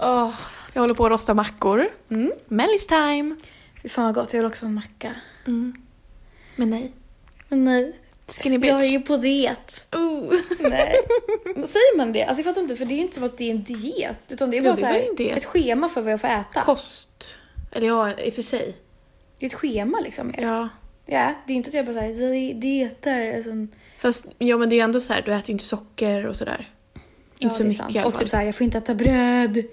Åh, jag håller på att rosta mackor. Mm. Mellis time! Fy fan vad gott, jag vill också ha en macka. Men nej. Men nej, Skinny bitch. jag är ju på diet. Oh. Nej. Men Säger man det? Alltså jag fattar inte, för det är inte som att det är en diet. Utan det är Jo, bara det så var en diet. här, ett schema för vad jag får äta. Kost. Eller ja, i och för sig. Det är ett schema liksom. mer. Ja. Ja, det är inte att jag bara säger jag di- dietar. Alltså, Fast ja, men det är ju ändå så här, du äter ju inte socker och sådär. ja, inte så det är mycket sant. i alla Och fall. typ såhär, jag får inte äta bröd.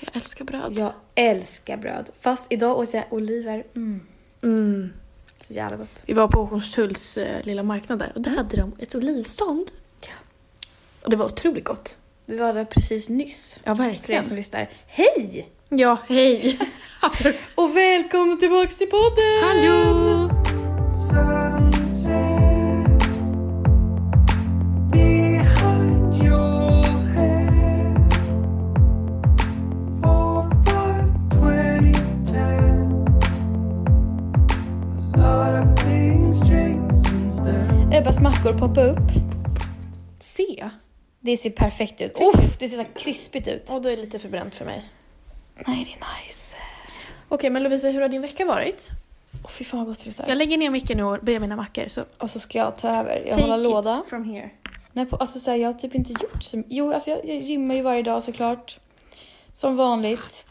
Jag älskar bröd. Jag älskar bröd. Fast idag åt jag oliver. Mm, Mm. så jävla gott. Vi var på Hornstulls eh, lilla marknad där och där hade de ett olivstånd. Ja. Och det var otroligt gott. Vi var där precis nyss. Ja, För er verkligen. som lyssnar. Hej! Ja, hej! alltså, Och välkommen tillbaks till podden! hallå! Ebbas mackor poppar upp. Se! Det ser perfekt ut. Uff, det ser så här krispigt ut. Och då är det lite förbränt för mig. nej, det är nice. Okej, men Lovisa, hur har din vecka varit? Åh fy fan vad gott det luktar. Jag lägger ner micken och böjer mina mackor. Så Och så ska jag ta över. Jag take håller låda. it from here. Nej, på, alltså, så här, jag har typ inte gjort så Jo, alltså, jag, jag gymmar ju varje dag såklart. Som vanligt.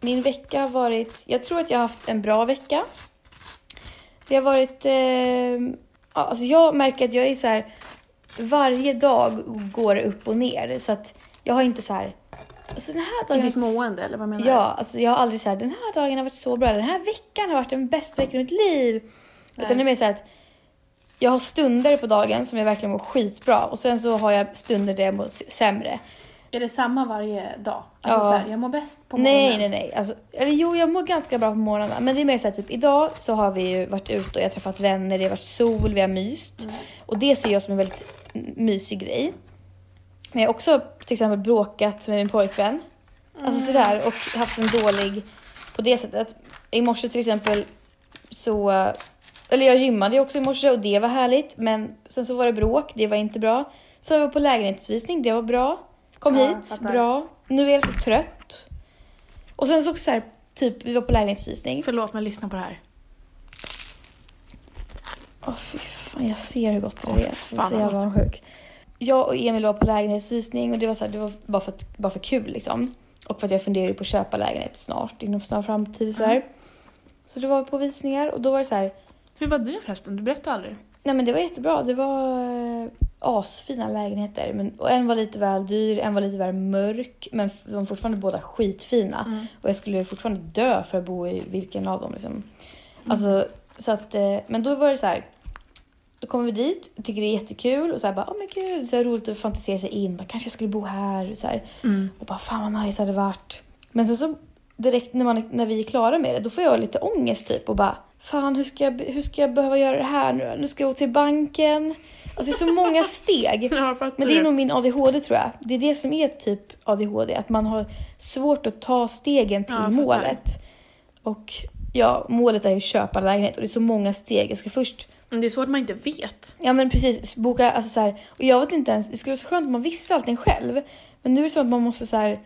Min vecka har varit... Jag tror att jag har haft en bra vecka. Det har varit... Eh, ja, alltså jag märker att jag är så här... Varje dag går det upp och ner. Så att jag har inte så här... Alltså den här dagen... I ditt har varit s- mående, eller vad menar du? Ja, alltså jag har aldrig så här, den här dagen har varit så bra, eller den här veckan har varit den bästa veckan i mitt liv. Utan det är mer så här att jag har stunder på dagen som jag verkligen mår skitbra och sen så har jag stunder där jag mår s- sämre. Är det samma varje dag? Alltså Ja. så här, jag mår bäst på morgonen. Nej, nej, nej. Alltså, eller jo, jag mår ganska bra på morgnarna. Men det är mer så här, typ idag så har vi ju varit ute och jag har träffat vänner, det har varit sol, vi har myst. Mm. Och det ser jag som en väldigt mysig grej. Men jag har också till exempel bråkat med min pojkvän. Mm. Alltså sådär och haft en dålig på det sättet. I morse till exempel så, eller jag gymmade ju också i morse och det var härligt. Men sen så var det bråk, det var inte bra. Sen var jag på lägenhetsvisning, det var bra. Kom Ja, jag hit, fattar. bra. Nu är jag lite trött. Och sen så också så här, typ vi var på lägenhetsvisning. Förlåt, men lyssna på det här. Åh fy fan, jag ser hur gott det Åh, är. fan, Jag är så vad jävla avundsjuk. Jag och Emil var på lägenhetsvisning och det var, så här, det var bara, för att, bara för kul liksom. Och för att jag funderar ju på att köpa lägenhet snart, inom snar framtid sådär. Mm. Så det var på visningar och då var det så här, Hur var du förresten? Du berättade aldrig. nej men det var jättebra. Det var eh, asfina lägenheter. Men, och en var lite väl dyr, en var lite väl mörk. Men f- de var fortfarande båda skitfina. Mm. Och jag skulle ju fortfarande dö för att bo i vilken av dem. Liksom. Alltså, så att, eh, men då var det så här. Då kommer vi dit, tycker det är jättekul och så här bara, oh men gud, så här roligt att fantisera sig in. Bara, kanske jag skulle bo här. Så här. Och bara, fan vad nice det hade varit. Men sen så direkt när, man, när vi är klara med det, då får jag lite ångest typ och bara, fan hur ska jag, hur ska jag behöva göra det här nu Nu ska jag gå till banken. Alltså det är så många steg. Men det är nog min ADHD tror jag. Det är det som är typ ADHD, att man har svårt att ta stegen till Ja, jag fattar. målet. Och ja, målet är ju att köpa lägenhet och det är så många steg. Jag ska först, Men det är så att man inte vet. ja men precis, boka, alltså så här, och jag vet inte ens, det skulle vara så skönt om man visste allting själv. Men nu är det som att man måste så här,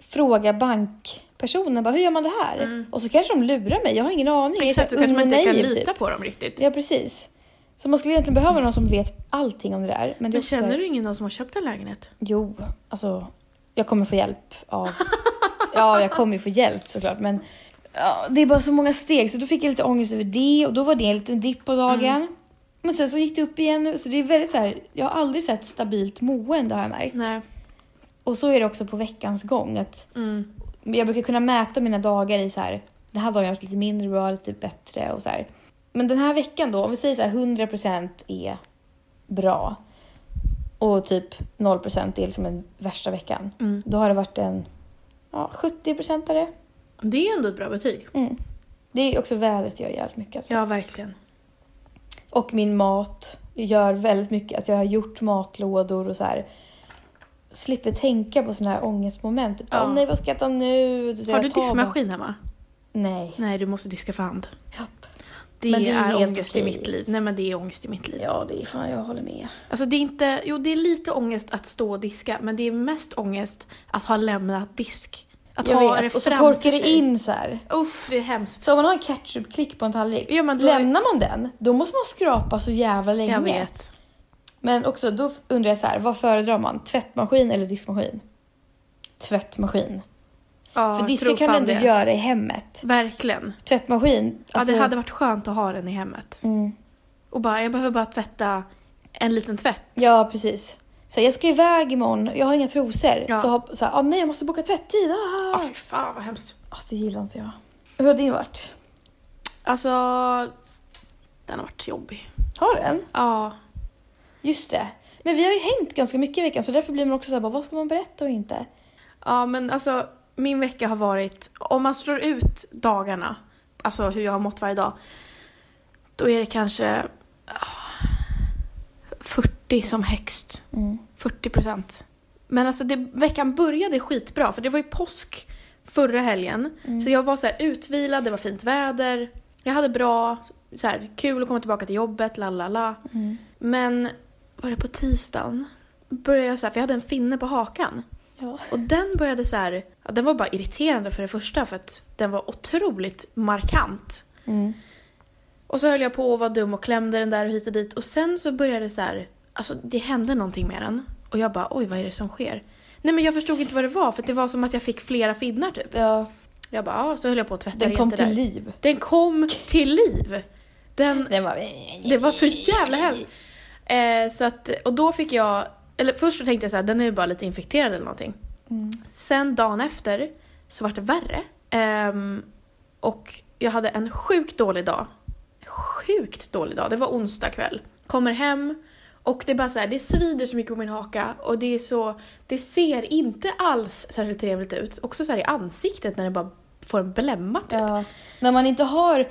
fråga bankpersonen, bara, hur gör man det här? Och så kanske de lurar mig, jag har ingen aning. Jag är Mm. Exakt, så då här kanske man ung och inte kan naiv, lita typ. på dem riktigt. Ja precis. Så man skulle egentligen behöva någon som vet allting om det där. Men, det Men är också så här- känner du ingen någon som har köpt en lägenhet? Jo, alltså jag kommer få hjälp av... Ja, jag kommer ju få hjälp såklart, men ja, det är bara så många steg. Så då fick jag lite ångest över det och då var det en liten dipp på dagen. Men sen så gick det upp igen. nu, Så det är väldigt så här, jag har aldrig sett stabilt mående har jag märkt. Nej. Och så är det också på veckans gång. Att Mm. Jag brukar kunna mäta mina dagar i så här, den här dagen har varit lite mindre bra, lite bättre och så här. Men den här veckan då, om vi säger så här 100% är bra. och typ 0% det är liksom den värsta veckan. Mm. Då har det varit en ja, 70-procentare. Det är ändå ett bra betyg. Mm. Det är också vädret gör jävligt mycket. Alltså. Ja, verkligen. Och min mat gör väldigt mycket. Att jag har gjort matlådor och så här. Slipper tänka på sådana här ångestmoment. Typ, Ja. Åh nej, vad ska jag äta nu? Så Har jag du tar diskmaskin hemma? bara- Nej. Nej, du måste diska för hand. Japp. Det, Men det är är, helt ångest i okej. mitt liv. Nej, men det är ångest i mitt liv. Ja, det är fan jag håller med. Alltså det är inte, jo det är lite ångest att stå och diska, men det är mest ångest att ha lämnat disk. Att jag ha vet. det och så framför torkar det sig. in så här. Uff, det är hemskt. Så om man har en ketchupklick på en tallrik, Ja, men då- lämnar man den, då måste man skrapa så jävla länge. Jag vet. Men också, då undrar jag så här, vad föredrar man? Tvättmaskin eller diskmaskin? Tvättmaskin. Ja, För tro disken kan du fan ändå det. göra i hemmet. Verkligen. Tvättmaskin, alltså... Ja, det hade varit skönt att ha den i hemmet. Mm. Och bara, jag behöver bara tvätta en liten tvätt. Ja, precis. Så här, jag ska iväg imorgon, jag har inga trosor. Ja. Så, hop- så här, ah, nej jag måste boka tvättid. Ah. Ja, fy fan vad hemskt. Ah, det gillar inte jag. Hur har din varit? Alltså, den har varit jobbig. Har den? Ja, Just det. Men vi har ju hängt ganska mycket i veckan så därför blir man också så här, bara, vad ska man berätta och inte? Ja, men alltså min vecka har varit, om man slår ut dagarna, alltså hur jag har mått varje dag, då är det kanske ah, 40 som högst. Mm, 40 procent. Men alltså det, veckan började skitbra, för det var ju påsk förra helgen. Så jag var så här utvilad, det var fint väder, jag hade bra, så här, kul att komma tillbaka till jobbet, la la la. mm. Men var det på tisdagen? Började jag så här, för jag hade en finne på hakan. Ja. Och den började så här, ja, den var bara irriterande för det första för att den var otroligt markant. Mm. Och så höll jag på och var dum och klämde den där och hit och dit och sen så började det så här, alltså det hände någonting med den. Och jag bara, oj vad är det som sker? Nej men jag förstod inte vad det var för att det var som att jag fick flera finnar typ. Ja, Jag bara, ja så höll jag på att tvätta den rent kom det till där. liv. Den kom till liv! Den, Den bara... det var så jävla hemskt. Eh, så att, och då fick jag, eller först så tänkte jag så här, den är ju bara lite infekterad eller någonting. Sen dagen efter så vart det värre. Ehm, och jag hade en sjukt dålig dag. Sjukt dålig dag, det var onsdag kväll. Kommer hem och det är bara så här, det svider så mycket på min haka och det är så, det ser inte alls särskilt trevligt ut. Också så här i ansiktet när det bara får en blämma typ. Ja. När man inte har...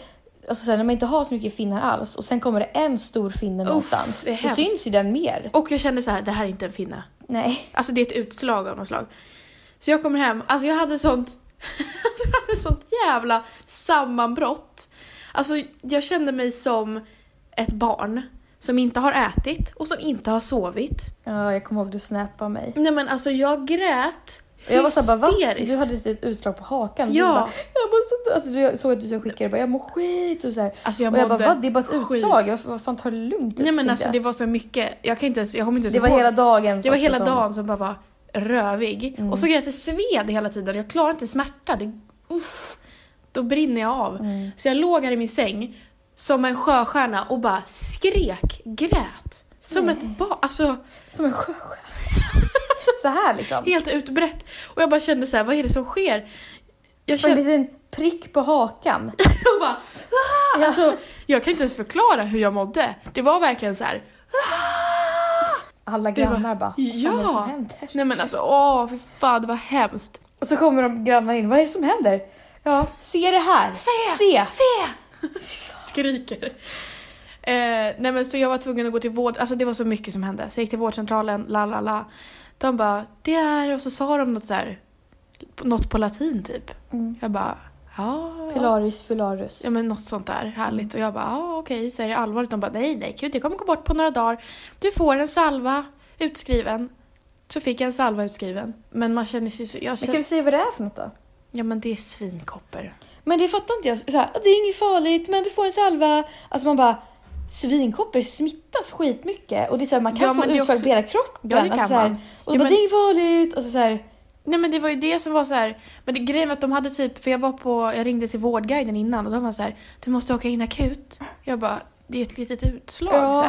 Alltså så här, när man inte har så mycket finnar alls och sen kommer det en stor finne någonstans. det är Då hemskt. syns ju den mer. Och jag kände så här, det här är inte en finne. Nej. Alltså det är ett utslag av något slag. Så jag kommer hem, alltså jag hade sånt, jag hade sånt jävla sammanbrott. Alltså jag kände mig som ett barn som inte har ätit och som inte har sovit. Ja, jag kommer ihåg du snappade mig. Nej men alltså jag grät Och jag var såhär bara va? hysteriskt. Du hade ett utslag på hakan. Ja. Du bara, jag måste inte... Alltså du såg att du skickade bara jag mår skit och så här. Alltså jag och jag bara mådde va? Det är bara ett skit. utslag. Vad- Vad fan tar typ det lugnt Nej men ut, tänkte alltså jag. det var så mycket, jag kan inte ens, jag kommer inte ens det var ihåg. hela dagen. Det var också hela som- dagen som bara var rövig. Och så grät det sved hela tiden. Jag klarade inte smärta. Det, uff, då brinner jag av. Så jag låg här i min säng som en sjöstjärna och bara skrek, grät. Som ett barn. Alltså Som en sjöstjärna. så här liksom. helt utbrett. Och jag bara kände så här, vad är det som sker? Jag Får en kände liten prick på hakan. och bara, "Ah!" alltså, jag kan inte ens förklara hur jag mådde. Det var verkligen så här. Alla Det var- grannar bara, vad fan är det som ja. händer? Nej men alltså, åh för fan det var hemskt. Och så kommer de grannar in, vad är det som händer? Ja, se det här! Se! se. Se! Skriker. Eh, nej men så jag var tvungen att gå till vård, alltså det var så mycket som hände. Så jag gick till vårdcentralen, la la la. De bara, det är, och så sa de något så här, något på latin typ. Mm. Jag bara, ja. ja." Pilaris fularus. Ja men något sånt där Mm. härligt. Och jag bara, ja okej, så är det allvarligt? De bara, nej nej gud, det kommer gå bort på några dagar. Du får en salva utskriven. Så fick jag en salva utskriven. Men man känner sig så, jag Men kan känner, du säga vad det är för något då? ja men det är svinkopper. Men det fattar inte jag. Så här, "Ah, det är inget farligt, men du får en salva. Alltså man bara, svinkoppor smittas skitmycket. Och det är så här, man kan Ja, få men det är utslag också- på hela kroppen. Ja, det kan alltså, så här, man. Och Ja, de bara, men- det är inget farligt. Och så, så här, Nej men det var ju det som var så här. Men det, grejen var att de hade typ, för jag var på, jag ringde till vårdguiden innan och de var så här, du måste åka in akut. Jag bara, det är ett litet utslag. Så ja.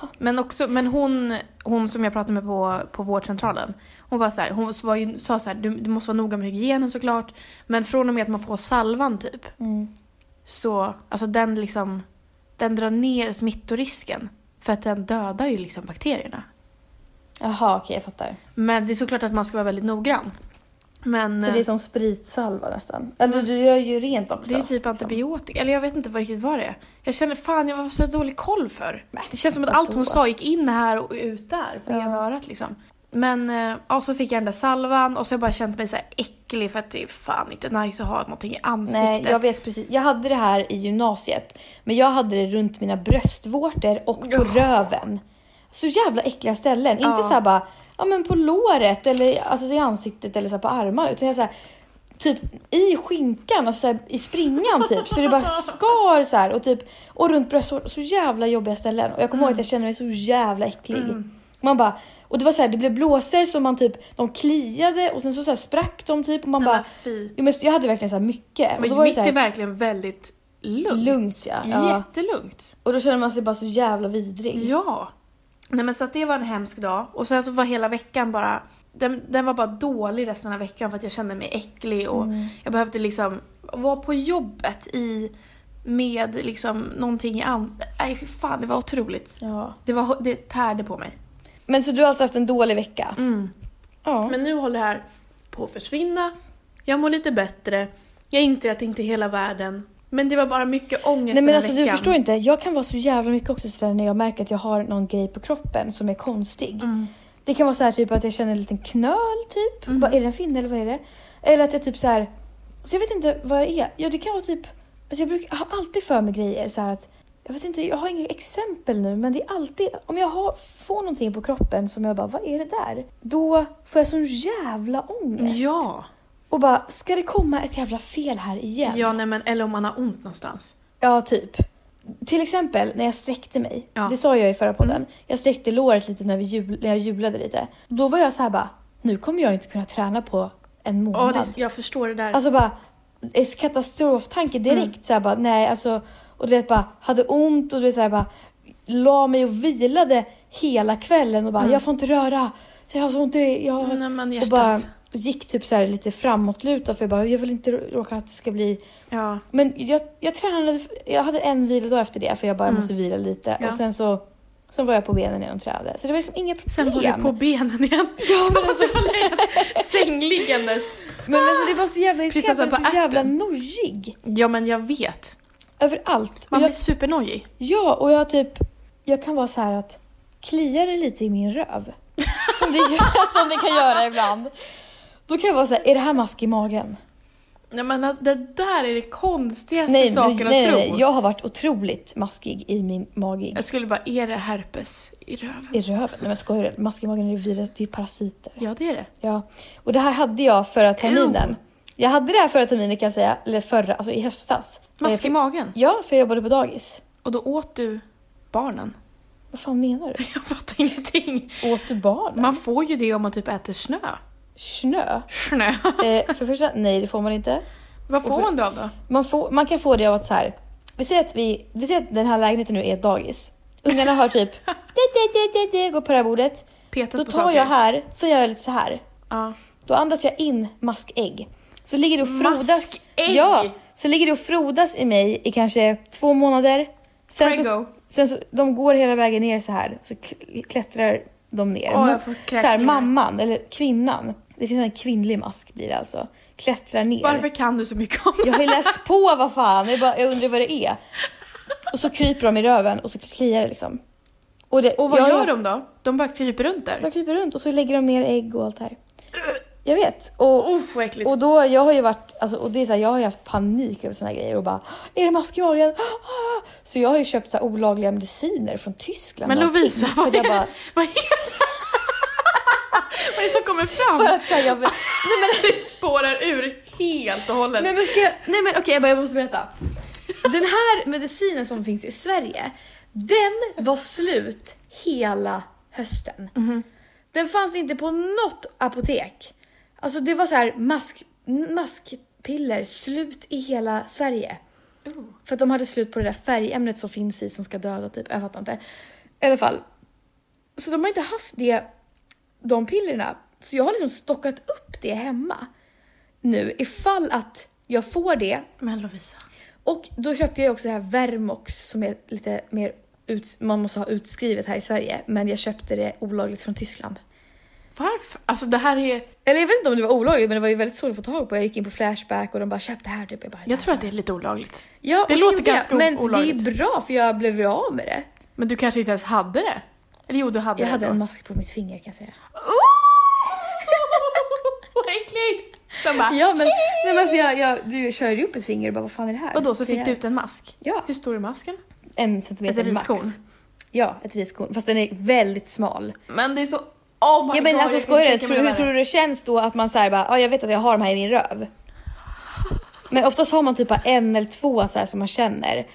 här. Men också, men hon, hon som jag pratade med på, på vårdcentralen, hon var så här, hon var ju, sa så här, du, du måste vara noga med hygienen såklart, men från och med att man får salvan typ, Mm. så, alltså den liksom, den drar ner smittorisken. För att den dödar ju liksom bakterierna. Jaha, okej jag fattar. Men det är såklart att man ska vara väldigt noggrann. Men Så det är som spritsalva nästan. Eller du gör ju rent också. Det är ju typ antibiotika. Eller jag vet inte vad riktigt var det är. Jag känner fan jag var så dålig koll för. Det känns som att allt hon vadå? sa gick in här och ut där på ena örat liksom. Men eh, ja, så fick jag den där salvan och så har jag bara känt mig så här äcklig för att det är fan inte nice att ha någonting i ansiktet. Nej, jag vet precis. Jag hade det här i gymnasiet. Men jag hade det runt mina bröstvårtor och på röven. Så jävla äckliga ställen. Inte så här bara ja, men på låret eller alltså, i ansiktet eller så här på armarna. Utan jag så här, typ i skinkan, alltså, så här, i springan typ. Så det bara skar så här. Och, typ, och runt bröstvårtor. Så jävla jobbiga ställen. Och jag kommer ihåg Mm. att jag kände mig så jävla äcklig. Man bara, och det var så här, det blev blåsor som man typ, de kliade och sen så, så här sprack de typ och man Nej, bara men fy. Jo, men jag hade verkligen så här mycket. och Men då var det mitt så här, är verkligen väldigt lugnt. Lugnt, ja. Ja. Jättelugnt. Och då känner man sig bara så jävla vidrig. Ja. Nej men så att det var en hemsk dag. Och sen så var hela veckan bara... Den, den var bara dålig resten av veckan för att jag kände mig äcklig och Mm. jag behövde liksom vara på jobbet i med liksom någonting i ansiktet. Nej fy fan, det var otroligt. Ja. Det, var, det tärde på mig. Men så du har alltså haft en dålig vecka? Mm. Ja. Men nu håller det här på att försvinna. Jag mår lite bättre. Jag inser att det inte är hela världen. Men det var bara mycket ångest Nej den men här alltså veckan. du förstår inte, jag kan vara så jävla mycket också sådär när jag märker att jag har någon grej på kroppen som är konstig. Det kan vara så här typ att jag känner en liten knöl typ. Vad är det en finne eller vad är det? Eller att jag typ så här. Så jag vet inte vad det är. Ja det kan vara typ, alltså jag, brukar, jag har alltid för mig grejer så här att jag vet inte, jag har inga exempel nu men det är alltid, om jag har, får någonting på kroppen som jag bara, vad är det där? Då får jag sån jävla ångest. Ja. Och bara, ska det komma ett jävla fel här igen? Ja, nej men eller om man har ont någonstans. Ja, typ. Till exempel när jag sträckte mig. Ja. Mm. Det sa jag i förra podden. Jag sträckte låret lite när, vi jul, när jag jublade lite. Då var jag så här bara, nu kommer jag inte kunna träna på en Ja, månad. det, jag förstår det där. Alltså bara, es- katastroftanke direkt. Mm. Så här bara, nej alltså. Och du vet bara, hade ont och du vet så här bara, la mig och vilade hela kvällen och bara, jag får inte röra. Så jag har så ont i, jag... Mm. Nej, men och hjärtat. bara och gick typ så här lite framåtlutad för jag bara, jag vill inte råka att det ska bli ja. men jag, jag tränade, jag hade en vilodag efter det för jag bara jag måste vila lite Mm. Ja. och sen så sen var jag på benen igen och tränade. Så det var liksom inga problem. Sen var du på benen igen. Ja, men alltså... Sängliggandes. Men alltså det var så jävla irriterande, jag Prinsessan alltså, blev på så jävla ärten. nojig Ja, men jag vet. överallt. Man Och jag, blir supernojig. ja, och jag typ, jag kan vara så här att kliar det lite i min röv. Som det, gör- som det kan göra ibland. Då kan jag vara så här, är det här mask i magen? Nej, men alltså, det där är det konstigaste Nej, du- saken nej, att nej, tro. nej, jag har varit otroligt maskig i min magig. jag skulle bara, är det herpes i röven? I röven? Nej men skojar du? Mask i magen är ju virus, det är parasiter. Ja, det är det. Ja, och det här hade jag förra terminen. Ew. Jag hade det här förra terminen kan jag säga, eller förra, alltså i höstas. Eh, Mask för- i magen. Ja, för jag jobbade på dagis. Och då åt du barnen. Vad fan menar du? Jag fattar ingenting. Åt du barnen? Man får ju det om man typ äter snö. Snö? Snö. Eh, för det första, nej det får man inte. Vad får man det av då? Man, får, man kan få det av att så här, vi säger att, vi, vi säger att den här lägenheten nu är ett dagis. Ungarna har typ, det, det, det, det, det, går på det här bordet. Petat Då på tar saker. jag här, så gör jag lite så här. Ja. Då andas jag in maskägg. Så ligger det och frodas. Maskägg? Ja, så ligger det och frodas i mig i kanske två månader. Sen Prego. så, sen så, de går hela vägen ner så här, så kl- klättrar de ner. Åh, jag Men- får så här, kräkningar. mamman, eller kvinnan. Det finns en kvinnlig mask blir det alltså. Klättrar ner. Varför kan du så mycket om det? Jag har ju läst på vad fan, jag, bara, jag undrar vad det är. Och så kryper de i röven och så kliar det liksom. Och, det, Och vad jag- gör de då? De bara kryper runt De där. kryper runt och så lägger de mer ägg och allt det här. Jag vet. Och, Uff, vad äckligt. och då, jag har ju varit, alltså, och det är så här, jag har ju haft panik över såna här grejer och bara, är det mask i magen? Ah! Så jag har ju köpt så här olagliga mediciner från Tyskland. Men och allting. Lovisa, för att vad jag är, bara, vad är Vad är det som kommer fram? för att så här, jag, nej men, Det spårar ur helt och hållet. nej men ska jag, nej men okej jag bara, jag måste berätta. Den här medicinen som finns i Sverige, den var slut hela hösten. Den fanns inte på något apotek. Alltså det var så här mask, maskpiller slut i hela Sverige. För att de hade slut på det där färgämnet som finns i som ska döda typ, jag fattar inte. I alla fall. Så de har inte haft det, de pillerna. Så jag har liksom stockat upp det hemma nu ifall att jag får det Men Lovisa. och då köpte jag också det här Vermox som är lite mer ut, man måste ha utskrivet här i Sverige. Men jag köpte det olagligt från Tyskland. Varför? Alltså det här är... Eller jag vet inte om det var olagligt men det var ju väldigt svårt att få tag på. Jag gick in på Flashback och de bara köp det här typ. Jag, bara, Jag tror att det är lite olagligt. ja, och det låter gjorde jag, ganska Men olagligt. det är bra för jag blev ju av med det. Men du kanske inte ens hade det? Eller jo, du hade Jag det hade ändå. Oh! en mask på mitt finger kan jag säga. Vad äckligt! Sen bara, Ja men, nej, men alltså jag, jag du kör ju upp ett finger och bara vad fan är det här? vadå, så Det fick är du ut en mask? Ja. Hur stor är masken? en centimeter ett riskorn? max. Ja, ett riskorn. Fast den är väldigt smal. Men det är så... Oh my Ja men God, alltså jag kan skojar du? inte tänka Tror, mig hur det tror du det känns då att man säger bara, ja jag vet att jag har de här i min röv. Men oftast har man typ bara en eller två så här som man känner.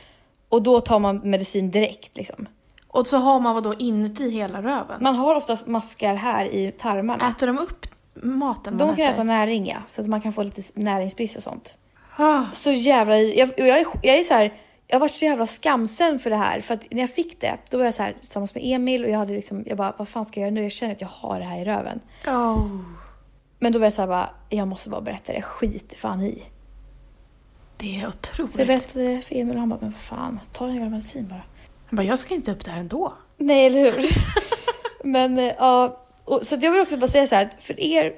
Och då tar man medicin direkt liksom. Och så har man vadå inuti hela röven? Man har oftast maskar här i tarmarna. Äter de upp maten man De kan äter? äta näring ja, så att man kan få lite näringsbrist och sånt. Ah, Så jävla... Jag, och jag, är, jag är så här... Jag har varit så jävla skamsen för det här. För att när jag fick det, då var jag så här tillsammans med Emil och jag hade liksom... Jag bara, vad fan ska jag göra nu? Jag känner att jag har det här i röven. oh, Men då var jag så här bara, jag måste bara berätta det. Skit fan i. det är otroligt. Så jag berättade det för Emil och han bara, men vad fan, ta en jävla medicin bara. Jag bara, jag ska inte upp där ändå. Nej, eller hur? men eh, ja, och, så att jag vill också bara säga så här att för er,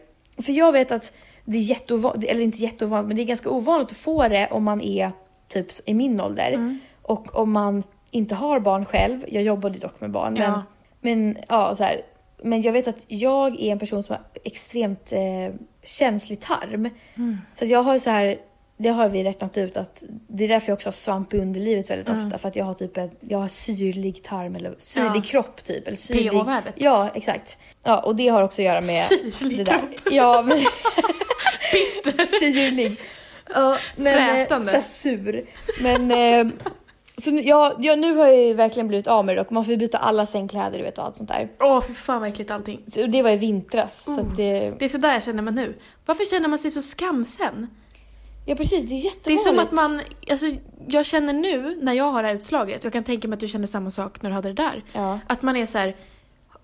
för jag vet att det är jätteovanligt, eller inte jätteovanligt, men det är ganska ovanligt att få det om man är typ i min ålder. Och om man inte har barn själv, jag jobbade ju dock med barn, men, Ja. men ja, så här. Men jag vet att jag är en person som har extremt eh, känslig tarm. Mm. Så att jag har ju så här, det har vi räknat ut att det är därför jag också har svamp i underlivet väldigt ofta. För att jag har typ en, jag har syrlig tarm eller syrlig Mm. Ja. kropp typ. Eller syrlig, pH-värdet. Ja, exakt. Ja, och det har också att göra med Syrlig det där. kropp. Ja, men... syrlig. Ja, men, eh, Frätande. Så här sur. Men... Eh, så nu, ja, ja, nu har jag ju verkligen blivit av med det dock. Man får ju byta alla sängkläder du vet och allt sånt där. Åh, fy fan vad äckligt allting. Så det var i vintras. Mm. Så att det, Det är sådär jag känner mig nu. Varför känner man sig så skamsen? ja precis, det är jättevanligt. Det är som att man, alltså jag känner nu när jag har det här utslaget, jag kan tänka mig att du känner samma sak när du hade det där. Ja. Att man är så här.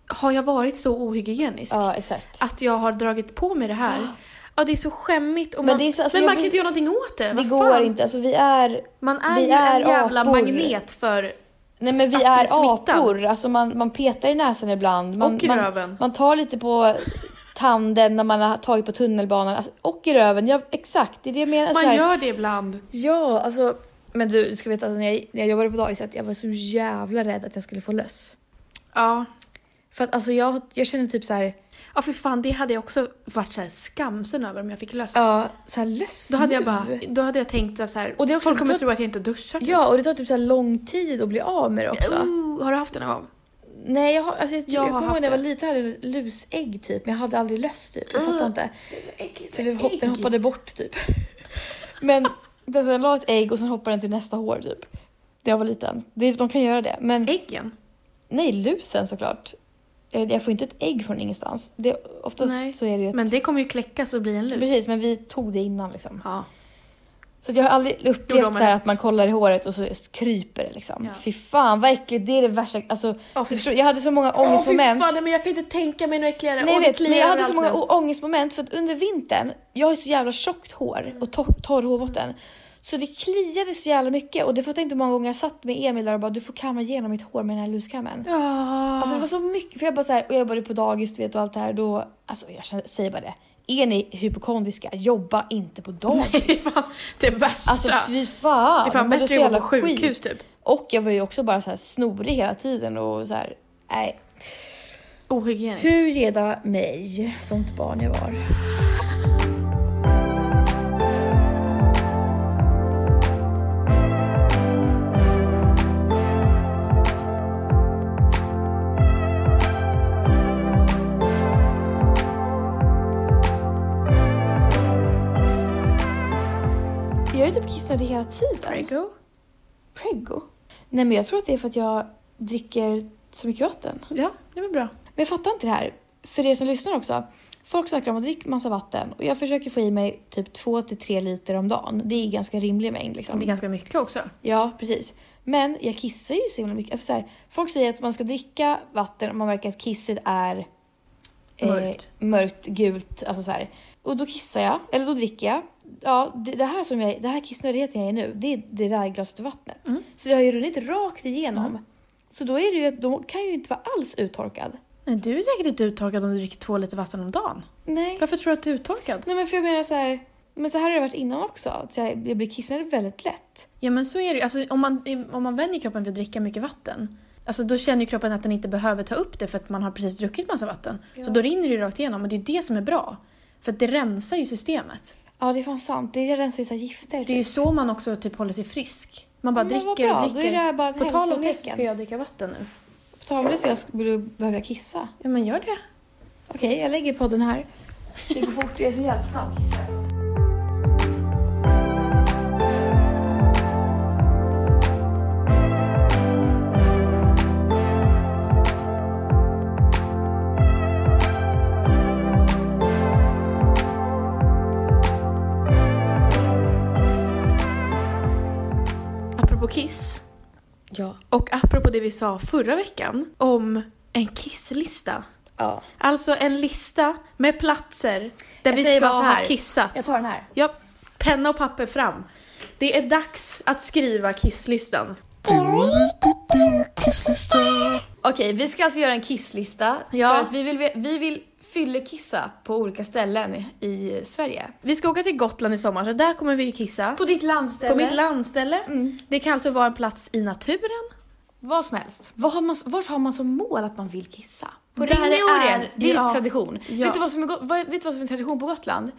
har jag varit så ohygienisk? Ja, exakt. Att jag har dragit på mig det här? Ja, det är så skämmigt. Och Men man, det är så- alltså, men jag man blir- kan inte göra någonting åt det. Det Vad går fan? inte. Alltså vi är... Man är vi ju är en jävla apor. magnet för... Nej men vi Att är bli smittad. apor, alltså man, man petar i näsan ibland. Man, Och i man, röven. Man tar lite på tanden när man har tagit på tunnelbanan. Alltså, och i röven, ja exakt. Det är det jag menar. så Man Alltså här- gör det ibland. Ja, alltså. Men du, du ska veta att när jag, när jag jobbade på dagis att jag var så jävla rädd att jag skulle få löss. Ja. För att alltså jag, jag känner typ så här, Ja, för fan, det hade jag också varit så här skamsen över om jag fick löss. ja, så här löss Då hade jag nu. bara, då hade jag tänkt så här, Och det är också- folk kommer det- tro att jag inte duschar. typ. Ja, och det tar typ så här lång tid att bli av med det också. Ooh, har du haft den någon gång? Nej, jag, har, alltså, jag, Jag jag, har kommer haft ihåg när jag det. var liten hade jag lusägg typ, men jag hade aldrig löss typ. Jag Ah. fattar inte. Så det hopp, den Ägg. hoppade bort typ. Men den så jag la ett ägg och sen hoppade den till nästa hår typ. När jag var liten. Det, de kan göra det. Men Äggen? nej, lusen såklart. Eh, Jag får inte ett ägg från ingenstans. Det, oftast Nej. så är det ju ett... Men det kommer ju kläckas och bli en lus. Precis, men vi tog det innan liksom. Ja. Så att jag har aldrig Jo, de upplevt har så här rätt. att man kollar i håret och så kryper det liksom. Ja. Fy fan vad äckligt, det är det värsta. Alltså, Ja, fy- du förstår, jag hade så många Åh fy fan, ångestmoment. nej, men jag kan inte tänka mig något äckligare. Nej, Åh, jag det vet, kliar men jag hade så allt många nu. å- ångestmoment för att under vintern, jag har ju så jävla tjockt hår Mm. och torr, torr hårbotten. Så det kliade så jävla mycket och det fattar jag inte hur många gånger jag satt med Emil där och bara du får kamma igenom mitt hår med den här luskammen. Ja. Alltså det var så mycket, för jag bara så här, och jag började på dagis du vet och allt det här då, alltså jag känner, säger bara det. Är ni hypokondriska, jobba inte på det är dagis. fan det värsta. Alltså fy fan. det är fan man blir bättre att så jobba jävla på sjuk. sjukhus typ. Och jag var ju också bara så här snorig hela tiden och så här, nej. Ohygieniskt. Hur geda mig, sånt barn jag var. Jag är typ kissnödig hela tiden. Prego? Prego? Nej men jag tror att det är för att jag dricker så mycket vatten. Ja, det var bra. Men jag fattar inte det här. För er som lyssnar också. Folk snackar om att dricka massa vatten och jag försöker få i mig typ 2-3 liter om dagen. Det är ju ganska rimlig mängd Det är liksom. ganska mycket också. Ja, precis. Men jag kissar ju så himla mycket. Alltså, så här, folk säger att man ska dricka vatten om man märker att kisset är eh, Mörkt. mörkt gult. Alltså så här. Och då kissar jag, eller då dricker jag. Ja, det, det här som jag, det här kissnödigheten jag är nu, det är det där glaset vattnet. Så det har ju runnit rakt igenom. Så då är det ju att de kan ju inte vara alls uttorkad. Men du är säkert inte uttorkad om du dricker två liter vatten om dagen. Nej. Varför tror du att du är uttorkad? Nej men för jag menar så här, men så här har det varit innan också. Att jag, jag blir kissnödig väldigt lätt. Ja men så är det ju. Alltså, om, man, om man vänjer kroppen vid att dricka mycket vatten, alltså, då känner ju kroppen att den inte behöver ta upp det för att man har precis druckit massa vatten. Så då rinner det ju rakt igenom och det är ju det som är bra. För att det rensar ju systemet. Ja det är fan sant, det är rensar ju så här gifter. Det är ju så man också typ håller sig frisk. Man bara Men vad dricker bra, och då dricker. är det här bara ett På tal om det så hälsotecken. ska jag dricka vatten nu. På tal om det så jag sk- borde- behöver jag kissa. Ja men gör det. Okej, jag lägger podden här. Det går fort, jag är så jävla snabb Apropå kiss. Ja. Och apropå det vi sa förra veckan om en kisslista. ja. Alltså en lista med platser där Jag vi säger ska bara så ha här. kissat. Jag tar den här. Ja, penna och papper fram. Det är dags att skriva kisslistan. Okej, vi ska alltså göra en kisslista. Ja. För att vi vill, vi vill fyllekissa på olika ställen i Sverige. Vi ska åka till Gotland i sommar så där kommer vi ju kissa. På ditt landställe. På mitt landställe. Det kan alltså vara en plats i naturen. Vad som helst. Vad har man, vart har man som mål att man vill kissa? På Det här ringmuren. är- det är ja. tradition. Ja. Vet, du vad som är, go- vad, vet du vad som är tradition på Gotland?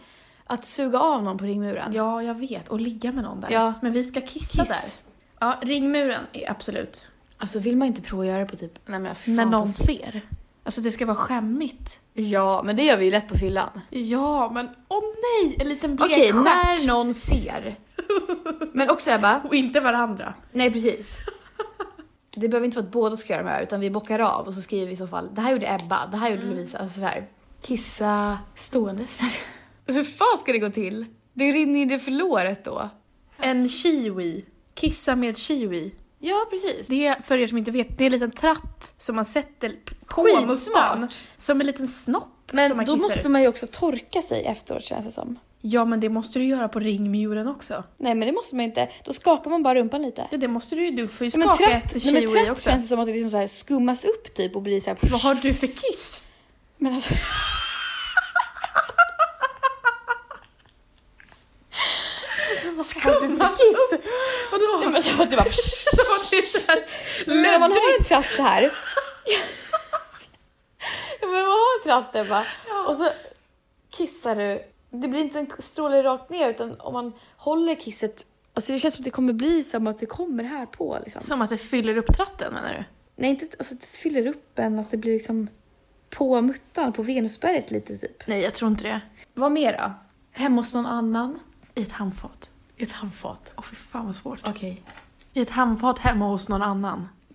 Att suga av någon på ringmuren. Ja, jag vet. Och ligga med någon där. Ja. Men vi ska kissa Kiss. där. Ja, ringmuren är absolut. Alltså vill man inte prova att göra det på typ... Nej, men fy fan, När någon vad- ser. Alltså det ska vara skämmigt. Ja, men det gör vi ju lätt på fyllan. Ja, men åh nej! En liten blek Okej, stjärt. när någon ser. Men också Ebba, Och inte varandra. nej precis. Det behöver inte vara att båda ska göra de här utan vi bockar av och så skriver vi i så fall det här gjorde Ebba, det här gjorde Mm. Lovisa, alltså sådär. Kissa ståendes. Hur fan ska det gå till? Det rinner ju det för låret då. En kiwi. Kissa med kiwi. Ja, precis. Det är, för er som inte vet, det är en liten tratt som man sätter på Skitsmart. mustan. Som en liten snopp som man kissar ut. man ju också torka sig efteråt känns det som. Ja, men det måste du göra på ringmuren också. Nej men det måste man inte, då skapar man bara rumpan lite. Ja, det måste du ju. Du får ju Men skaka tratt, ett nej, men kiwi tratt också. känns det som att det liksom så här skummas upp typ och blir så här. Vad har du för kiss? Men alltså... Skummas upp! Vadå? Men så att det bara... Så det är så här Men om man har en löddigt. tratt så här. Ja, men man har tratten bara. Och så kissar du. Det blir inte en stråle rakt ner utan om man håller kisset. Alltså det känns som att det kommer bli som att det kommer här på liksom. Som att det fyller upp tratten menar du? Nej inte att- alltså att det fyller upp en, att det blir liksom på muttan, på venusberget lite typ. Nej, jag tror inte det. Vad mer då? Hemma hos någon annan? I ett handfat. I ett handfat. Åh fy fan vad svårt. Okej. I ett handfat hemma hos någon annan.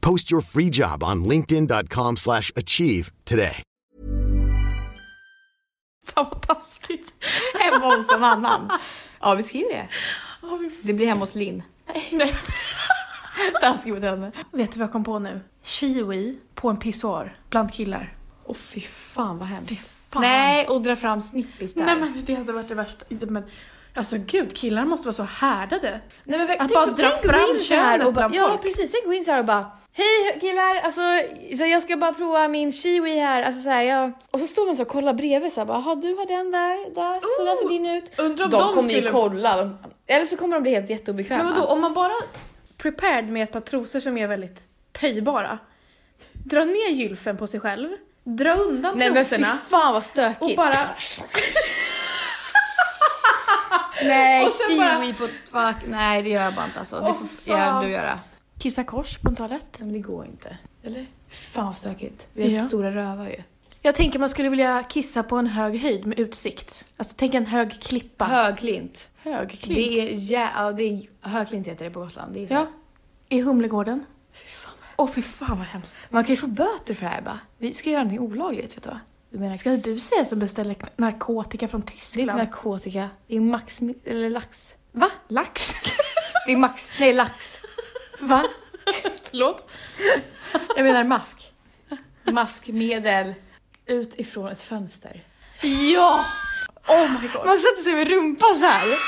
Post your free job on linkedin.com/achieve slash achieve today. Fan vad taskigt. Hemma hos någon annan. Ja, vi skriver det. Det blir hemma hos Linn. Nej. Taskigt mot henne. Vet du vad jag kom på nu? Kiwi på en pissoar bland killar. Åh fy fan vad hemskt. fan. Nej, och dra fram snippis där. Nej men det hade varit det värsta. Men, alltså gud, killar måste vara så härdade. Nej, men, Att bara dra gå fram in så här könet och bara, bland Ja folk. precis, tänk gå in så här och bara Hej killar! Alltså, så jag ska bara prova min kiwi här. Alltså, så här jag... Och så står man så och kollar bredvid så här, bara, "Jaha, du har den där, där, så där ser din ut. Undrar om de, de kommer skulle- ju kolla. De... Eller så kommer de bli helt jätteobekväma. Men vadå, om man bara prepared med ett par trosor som är väldigt töjbara. Dra ner gylfen på sig själv, dra undan Nej men fy trosorna fan vad stökigt. och bara... Nej, Och sen bara- kiwi på... Fuck, nej det gör jag bara inte alltså. Det Åh, får f- fan. jag, du göra. Kissa kors på en toalett. Nej, men det går inte. Eller? Fy fan vad stökigt. Vi har Ja. så stora rövar ju. Jag tänker man skulle vilja kissa på en hög höjd med utsikt. Alltså tänk en hög klippa. Högklint. hög klipp. Det är, jä- ja, det är, högklint heter det på Gotland. Det är så Ja. I Humlegården. Åh fy fan vad hemskt. Man kan ju få böter för det här bara. Vi ska göra någonting olagligt, vet du vad? Du menar, Ska du säga som beställer kn- narkotika från Det är inte Tyskland? narkotika. Det är max... Eller lax. Va? Lax. Det är max... Nej, lax. Va? Förlåt? Jag menar mask. Maskmedel. Ut ifrån ett fönster. Ja! Oh my god. Man sätter sig med rumpan så här.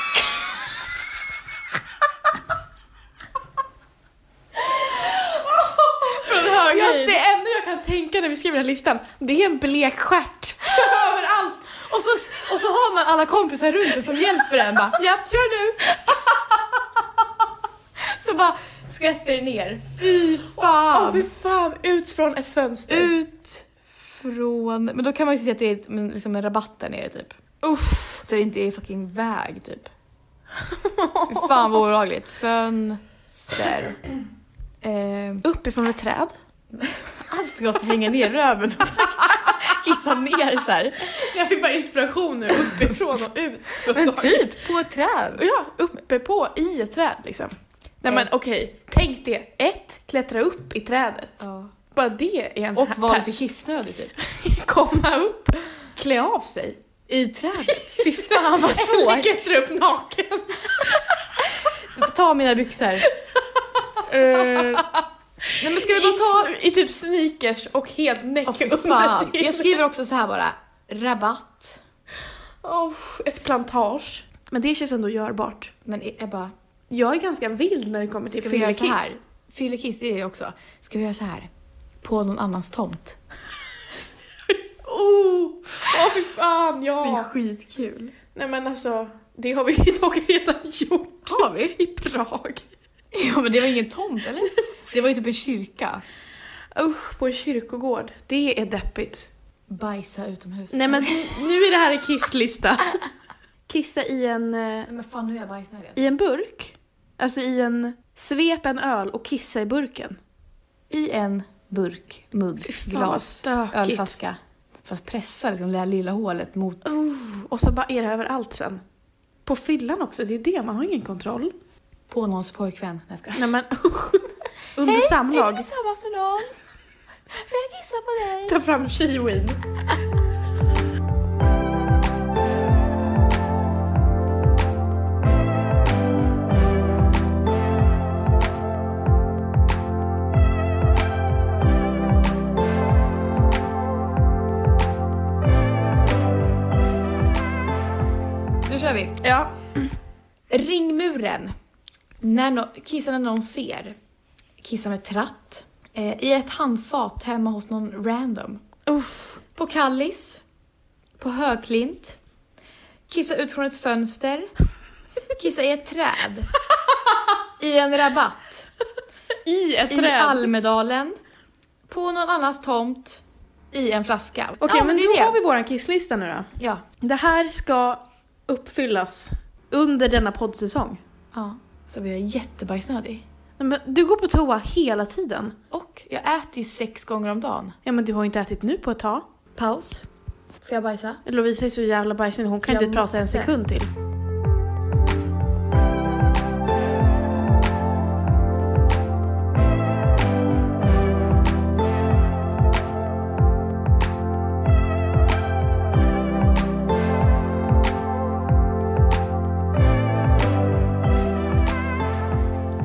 ja, det enda jag kan tänka när vi skriver den här listan, det är en blek stjärt. Överallt. Och så, och så har man alla kompisar runt en som hjälper en bara Japp, kör du! Så bara skvätter det ner. Fy Åh fan! fy fan, ut från ett fönster. Ut från... Men då kan man ju se att det är ett- men liksom en rabatt där nere typ. Uff. Så det inte är fucking väg typ. Fy fan vad olagligt. Fönster. Eh, Uppifrån ett träd. allt måste hänga ner röven och kissa ner så här. Jag fick bara inspiration nu, uppifrån och ut. från Men saker. typ på ett träd. Ja, uppe på i ett träd liksom. Nej men Ett. okej, tänk det. Ett, klättra upp i trädet. Ja. Bara det är en Och var pers. lite kissnödig typ. Komma upp, klä av sig. I trädet? Fy fan vad Eller svårt! klättra upp naken. Ta mina byxor. Eh, Nej men ska vi bara ta... I, s- I typ sneakers och helt näck Åh fy under typ. fan. till. Jag skriver också så här bara. Rabatt. Åh, ett plantage. Men det känns ändå görbart. Men jag bara, Jag är ganska vild när det kommer till ska vi göra så här? fyllekiss. Fyllekiss, det är jag också. Ska vi göra så här? På någon annans tomt. Oh, åh fy fan ja. skitkul. Nej men alltså, det har vi ju dock redan gjort. Har vi? I Prag. Ja men det var ingen tomt eller? Det var ju typ en kyrka. Usch, på en kyrkogård. Det är deppigt. Bajsa utomhus. Nej men nu är det här en kisslista. Kissa i en, eh, Nej, men fan nu är jag bajsnödig. i en burk. Alltså i en... Svep en öl och kissa i burken. I en burk, mugg, Fy fan, vad glas, stökigt. ölflaska. För att pressa liksom det här lilla hålet mot... Oh, och så bara är det överallt sen. På fyllan också, det är det. Man har ingen kontroll. På någons pojkvän. Nej, jag skojar. Nej men usch. Under samlag. tillsammans med någon. Får jag kissa på dig? Ta fram kiwin. Då kör vi. Ja. Ring muren. När nå- kissa när någon ser. Kissa med tratt. Eh, I ett handfat hemma hos någon random. Uff. På Kallis. På Högklint. Kissa ut från ett fönster. Kissa i ett träd. I en rabatt. I ett I träd. Almedalen. På någon annans tomt. I en flaska. Okej men det då är det. har vi våran kisslista nu då. Ja. Det här ska uppfyllas under denna poddsäsong. ja. Så blir jag jättebajsnödig. Nej, Men du går på toa hela tiden. Och jag äter ju sex gånger om dagen. Ja men du har ju inte ätit nu på ett tag. Paus. Får jag bajsa? Lovisa är så jävla bajsig hon kan Jag inte prata en måste. sekund till.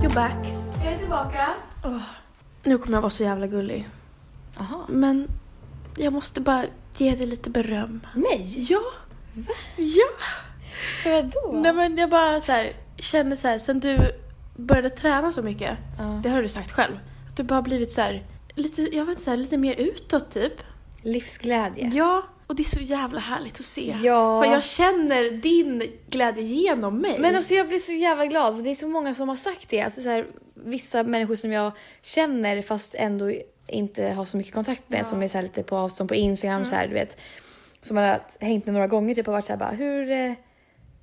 You're back. Jag är tillbaka. Nu kommer jag vara så jävla gullig. Aha. Men jag måste bara ge dig lite beröm. Nej! Ja. Ja. Vadå? Nej men jag bara så här, känner så här, sen du började träna så mycket, Ja. det har du sagt själv, Du bara blivit så här, lite, jag vet inte, så här, lite mer utåt typ. Livsglädje. Ja, och det är så jävla härligt att se. Ja. För jag känner din glädje genom mig. Men alltså jag blir så jävla glad för det är så många som har sagt det. Alltså så här, vissa människor som jag känner fast ändå inte har så mycket kontakt med som är så här lite på avstånd på Instagram Mm. så här du vet. Som man har hängt med några gånger typ och varit så här bara hur, eh,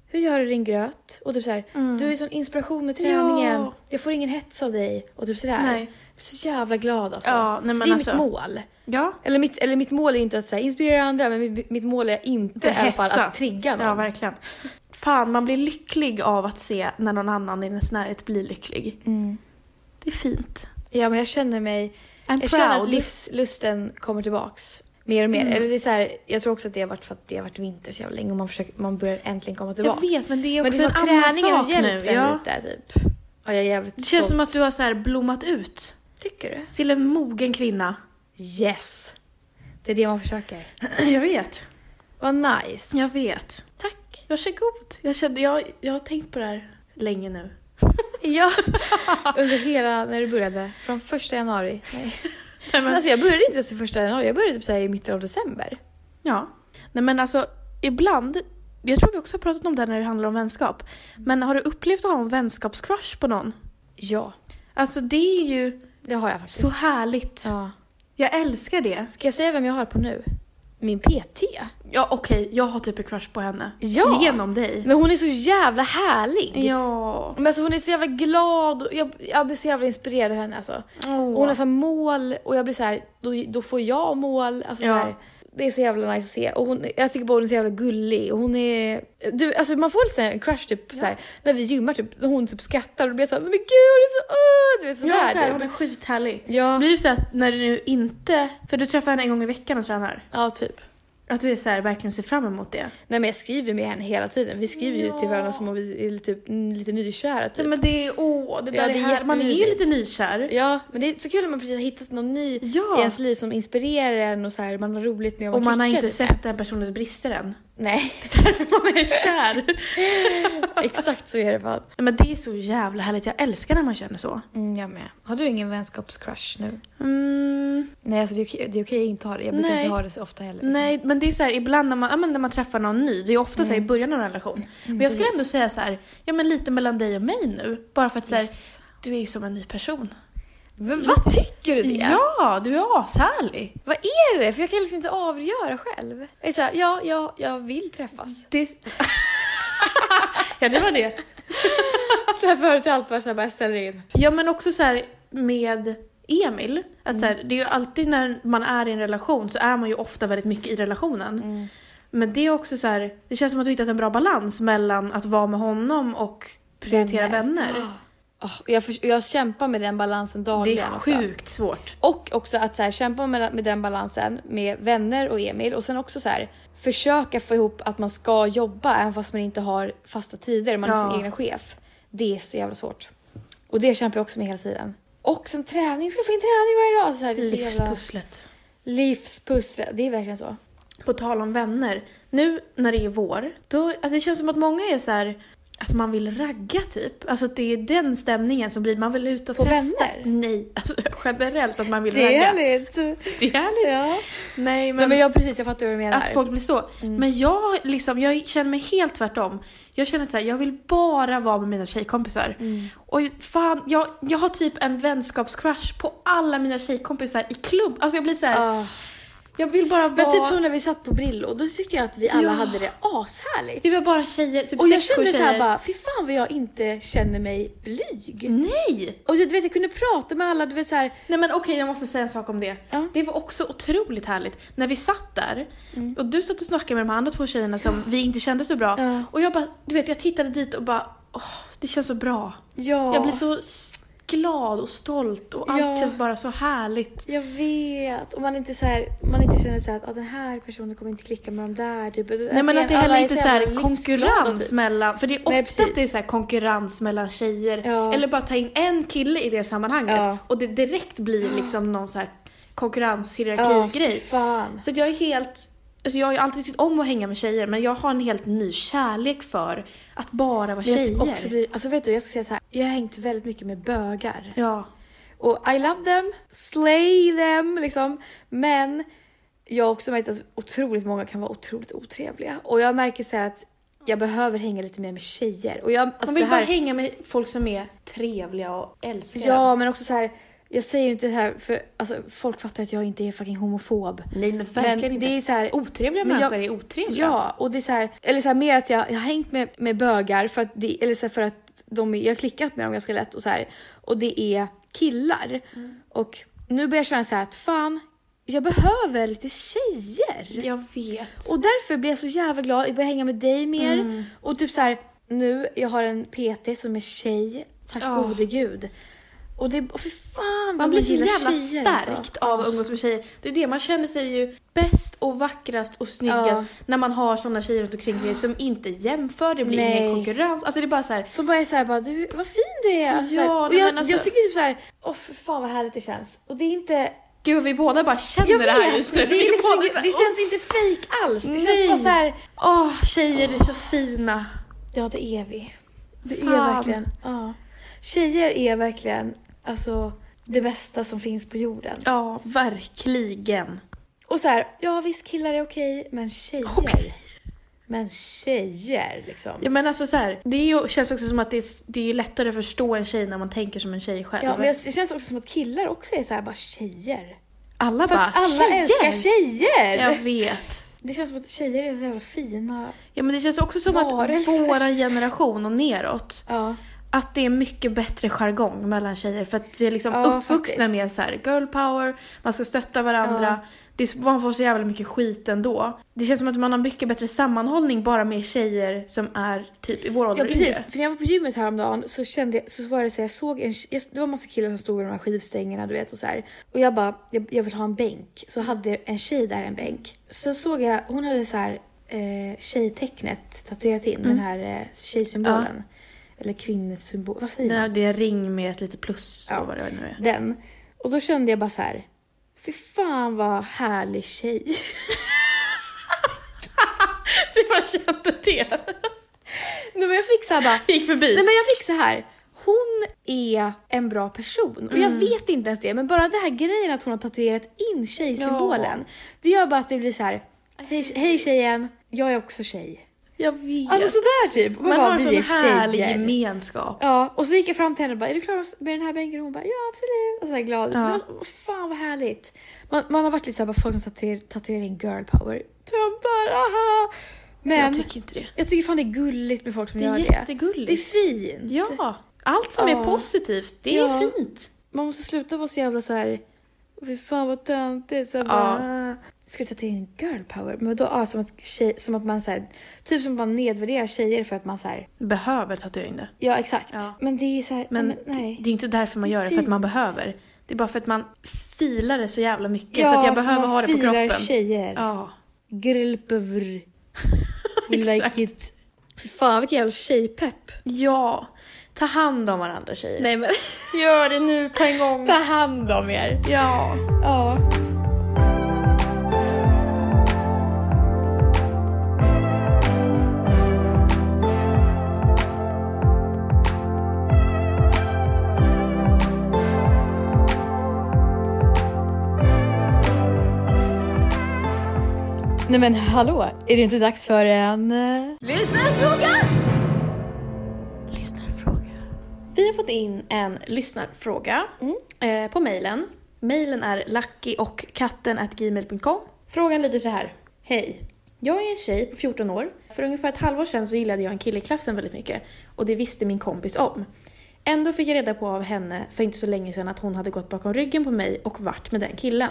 hur gör du din gröt? Och typ så här du är sån inspiration med träningen. Mm. Ja. Jag får ingen hets av dig och typ sådär. Nej. Jag blir så jävla glad alltså. Ja, nej, För men det är alltså- mitt mål. ja. Eller mitt, eller mitt mål är inte att så här, inspirera andra men mitt, mitt mål är inte i alla fall hetsa. att trigga någon. Ja, verkligen. Fan, man blir lycklig av att se när någon annan i ens närhet blir lycklig. Mm. Det är fint. Ja, men jag känner mig... I'm jag känner att proud. Mm. livslusten kommer tillbaks. Mer och mer. Eller det är så här, jag tror också att det har varit för att det har varit vinter så jävla länge och man, försöker, man börjar äntligen komma tillbaks. vet, men det är också men liksom en annan träningen har sak hjälpt nu, en ja. lite, typ. Ja, jag är jävligt Det känns stolt. som att du har så här blommat ut Tycker du? till en mogen kvinna. Yes! Det är det man försöker. Jag vet. Vad nice. Jag vet. Tack. Varsågod. Jag, kände, jag, jag har tänkt på det här länge nu. Ja. Under hela, när du började. Från första januari. Nej. Nej, Men alltså jag började inte ens i första januari, jag började typ så här i mitten av december. Ja. Nej men alltså, ibland, jag tror vi också har pratat om det här när det handlar om vänskap. Men har du upplevt att ha en vänskapscrush på någon? Ja, Alltså det är ju det har jag faktiskt. så härligt. ja. Jag älskar det. Ska jag säga vem jag har på nu? Min PT. Ja okej, jag har typ en crush på henne. Ja. Genom dig. Men hon är så jävla härlig. Ja. Men alltså hon är så jävla glad och jag, jag blir så jävla inspirerad av henne alltså. Och hon har så här mål och jag blir så här, då, då får jag mål. Alltså Ja. så här, det är så jävla nice att se. Och hon, jag tycker bara hon är så jävla gullig. Och hon är... Du, alltså man får lite så här en crush typ så här, när vi gymmar typ, när hon typ skrattar och då blir jag såhär men gud hon är så... Åh! Du vet sådär Ja, så här, hon är typ. skithärlig. Ja. Blir det så att när du nu inte, för du träffar henne en gång i veckan och tränar, ja typ. att du är så här, verkligen ser fram emot det? Nej men jag skriver med henne hela tiden. Vi skriver ju till varandra som om vi är typ, lite nykära typ. Nej, men det är, åh, det där Ja, det är, är här, Man är ju jättemysigt. lite nykär. Ja, men det är så kul när man precis har hittat någon ny Ja. i ens liv som inspirerar en och så här, man har roligt med Och man har klickar inte lite. sett den personens brister än. Nej, Därför man är kär. exakt så är det fan. Nej, men det är så jävla härligt. Jag älskar när man känner så. Mm, jag med. Har du ingen vänskapscrush nu? Mm, Nej, alltså det är okej, det är okej att inte ha det. Jag brukar Nej. inte ha det så ofta heller. liksom. nej, men det är så här ibland när man, ja, men när man träffar någon ny. Det är ofta så Mm. här, i början av en relation. Men jag skulle ändå säga så här, ja men lite mellan dig och mig nu. Bara för att säga, Yes. du är ju som en ny person. Men Alltså, vad tycker du det? Ja, du är ashärlig. Vad är det? För jag kan liksom inte avgöra själv. Jag är så här, ja, ja, jag vill träffas. Det är... ja, det var det. Så här förut har Alltså, jag alltid varit så här, bara jag ställer in. Ja men också så här med Emil, att så här, Mm. det är ju alltid när man är i en relation så är man ju ofta väldigt mycket i relationen. Mm. Men det är också så här, det känns som att du hittat en bra balans mellan att vara med honom och prioritera vänner. Oh, och jag, förs- och jag kämpar med den balansen dagligen Det är också. sjukt svårt. Och också att så här, kämpa med, med den balansen med vänner och Emil och sen också så här, försöka få ihop att man ska jobba även fast man inte har fasta tider, man är Ja. sin egna chef. Det är så jävla svårt. Och det kämpar jag också med hela tiden. Och sen träning, ska få in träning varje dag. Så här, det är så jävla... Livspusslet. Livspussel. Det är verkligen så. På tal om vänner, nu när det är vår, då, alltså det känns som att många är så här att man vill ragga typ. Alltså att det är den stämningen som blir, man vill ut och På festa. vänner? Nej, alltså generellt att man vill ragga. härligt. Det är härligt. Ja. Nej men, Nej men Mm. jag precis, jag fattar vad du menar. att folk blir så. Men jag, liksom, jag känner mig helt tvärtom. Jag känner att så här, jag vill bara vara med mina tjejkompisar. Mm. Och fan, jag, jag har typ en vänskapscrush på alla mina tjejkompisar i klump. Alltså jag blir så här, Ah. jag vill bara vara... Men typ som när vi satt på Brillo, då tyckte jag att vi alla hade det ashärligt. Vi var bara tjejer, typ Och jag sex, sju kände så här tjejer. bara, fy fan vad jag inte känner mig blyg. Nej! Och du vet, jag kunde prata med alla, du vet så här, Nej men okej, jag måste säga en sak om det. Ja. Det var också otroligt härligt. När vi satt där Mm. och du satt och snackade med de här andra två tjejerna som vi inte kände så bra. Ja. Och jag bara, du vet jag tittade dit och bara, åh, det känns så bra. ja. Jag blir så s- glad och stolt och allt Ja. känns bara så härligt. Jag vet. Och man inte så här, man inte känner så här att ah, den här personen kommer inte klicka med de där. Typ. Nej men att det heller inte är så här Typ. konkurrens mellan, för det är ofta Nej, att precis. det är så här konkurrens mellan tjejer. Ja. Eller bara ta in en kille i det sammanhanget Ja. och det direkt blir liksom någon så här Ja, fy konkurrenshierarki-grej. fan. Så att jag är helt... Alltså jag har ju alltid tyckt om att hänga med tjejer men jag har en helt ny kärlek för att bara vara Men jag typ tjejer. också blir, alltså vet du, jag ska säga så här. Jag har hängt väldigt mycket med bögar. Ja. Och I love them, slay them liksom. Men jag har också märkt att otroligt många kan vara otroligt otrevliga. Och jag märker så här att jag behöver hänga lite mer med tjejer. Och jag, alltså Man vill det här, bara hänga med folk som är trevliga och älskar Ja, men också så här. Jag säger inte det här för alltså, folk fattar att jag inte är fucking homofob. en. Nej, men verkligen men inte. det är så här, Otrevliga men jag- människor är otrevliga. Ja, och det är så här, eller så här mer att jag, jag har hängt med, med bögar för att, det, eller så här, för att de, är- jag har klickat med dem ganska lätt och så här, och det är killar. Mm. Och nu börjar jag känna så här att fan, jag behöver lite tjejer. Jag vet. Och därför blir jag så jävla glad, jag börjar hänga med dig mer. Mm. Och typ så här, nu, jag har en PT som är tjej, tack Ja. gode gud. Och det, och för fan vad Man blir så gillar jävla tjejer, stärkt alltså. av umgås med tjejer. Det är det, man känner sig ju bäst och vackrast och snyggast Ja. när man har sådana tjejer runt omkring sig som inte jämför, det blir Nej. ingen konkurrens. Alltså det är bara så här, Som bara är såhär bara, du, vad fin du är! Ja, Så här, och nej, jag, men alltså- jag tycker typ såhär, åh för fan vad härligt det känns. Och det är inte... gud vi båda bara känner Jag det här vet, just nu. Det, Vi är liksom, båda så det, här, det känns "Åh, inte fake alls. Det Nej. känns bara såhär, Åh, tjejer är så fina. ja det är vi. Det Fan. är verkligen, ja. Tjejer är verkligen, alltså det bästa som finns på jorden. Ja, verkligen. Och så här, ja visst killar är okej, men tjejer. Men tjejer liksom. Ja, men alltså så här, det är ju, känns också som att det är, det är lättare att förstå en tjej när man tänker som en tjej själv. Ja, men jag- det känns också som att killar också är så här bara tjejer. alla För bara att alla älskar tjejer! Jag vet. Det känns som att tjejer är så jävla fina. Ja men det känns också som att Varelser. våran generation och neråt, Ja. att det är mycket bättre jargong mellan tjejer för att vi är liksom Ja, uppvuxna faktiskt. med så här girl power, man ska stötta varandra, det är, så- man får så jävla mycket skit ändå. Det känns som att man har mycket bättre sammanhållning bara med tjejer som är typ i vår ålder Ja och precis, yngre. för när jag var på gymmet häromdagen så kände jag, så var det så här, jag såg en, jag, det var massa killar som stod vid de här skivstängerna du vet och så här. Och jag bara, jag, jag vill ha en bänk. Så hade en tjej där en bänk. Så såg jag, hon hade så här eh, tjejtecknet tatuerat in, Mm. den här eh, tjejsymbolen. Eller kvinnesymbol, vad säger Den här, man? det är en ring med ett litet plus och vad det nu är. Den. Och då kände jag bara så här, fy fan vad härlig tjej. Det man kände det. Nej men jag fick så här bara, Gick förbi. Nej men jag fick så här. Hon är en bra person och jag vet inte ens det men bara det här grejen att hon har tatuerat in tjejsymbolen. Det gör bara att det blir så här. Hej, hej tjejen, jag är också tjej. Jag vet. Alltså sådär typ. Och man bara, har en "Vi är sån härlig tjejer." gemenskap. Ja, och så gick jag fram till henne och bara, är du klar med den här bänken? Och hon bara, ja absolut. Och så här glad. Det var så, "Åh, fan vad härligt. Man, man har varit lite såhär, bara folk som tatuer- tatuerar in girl power. Töntar, aha! Men Jag tycker inte det. jag tycker fan det är gulligt med folk som Det är gör det. jättegulligt. Det är fint. Ja, allt som Ja. är positivt, det är Ja. fint. Man måste sluta vara så jävla så här. Fy fan vad töntigt. Så här, Ja. bara, ska du ta till en girl power? Men då, ah, som, att tjej, som att man så här, typ som att man nedvärderar tjejer för att man så här, Behöver tatuering det. ja exakt. Ja. Men det är så här, Men nej, men, nej. det är inte därför man Det är gör det, för att man fint. behöver. Det är bara för att man filar det så jävla mycket så att jag för behöver man ha det på firar kroppen. tjejer. Ja. Girl power. We like Exakt. it. Fy fan vilken jävla tjejpepp. ja, ta hand om varandra tjejer. Nej men Gör det nu på en gång. ta hand om er. Ja. Ja. Nej men hallå, är det inte dags för en... eh, Lyssnarfråga. Vi har fått in en lyssnarfråga eh, på mejlen. Mejlen är luckyochkatten.gmail.com. Frågan lyder så här. Hej. Jag är en tjej på 14 år. För ungefär ett halvår sedan så gillade jag en kille i klassen väldigt mycket och det visste min kompis om. Ändå fick jag reda på av henne för inte så länge sedan att hon hade gått bakom ryggen på mig och varit med den killen.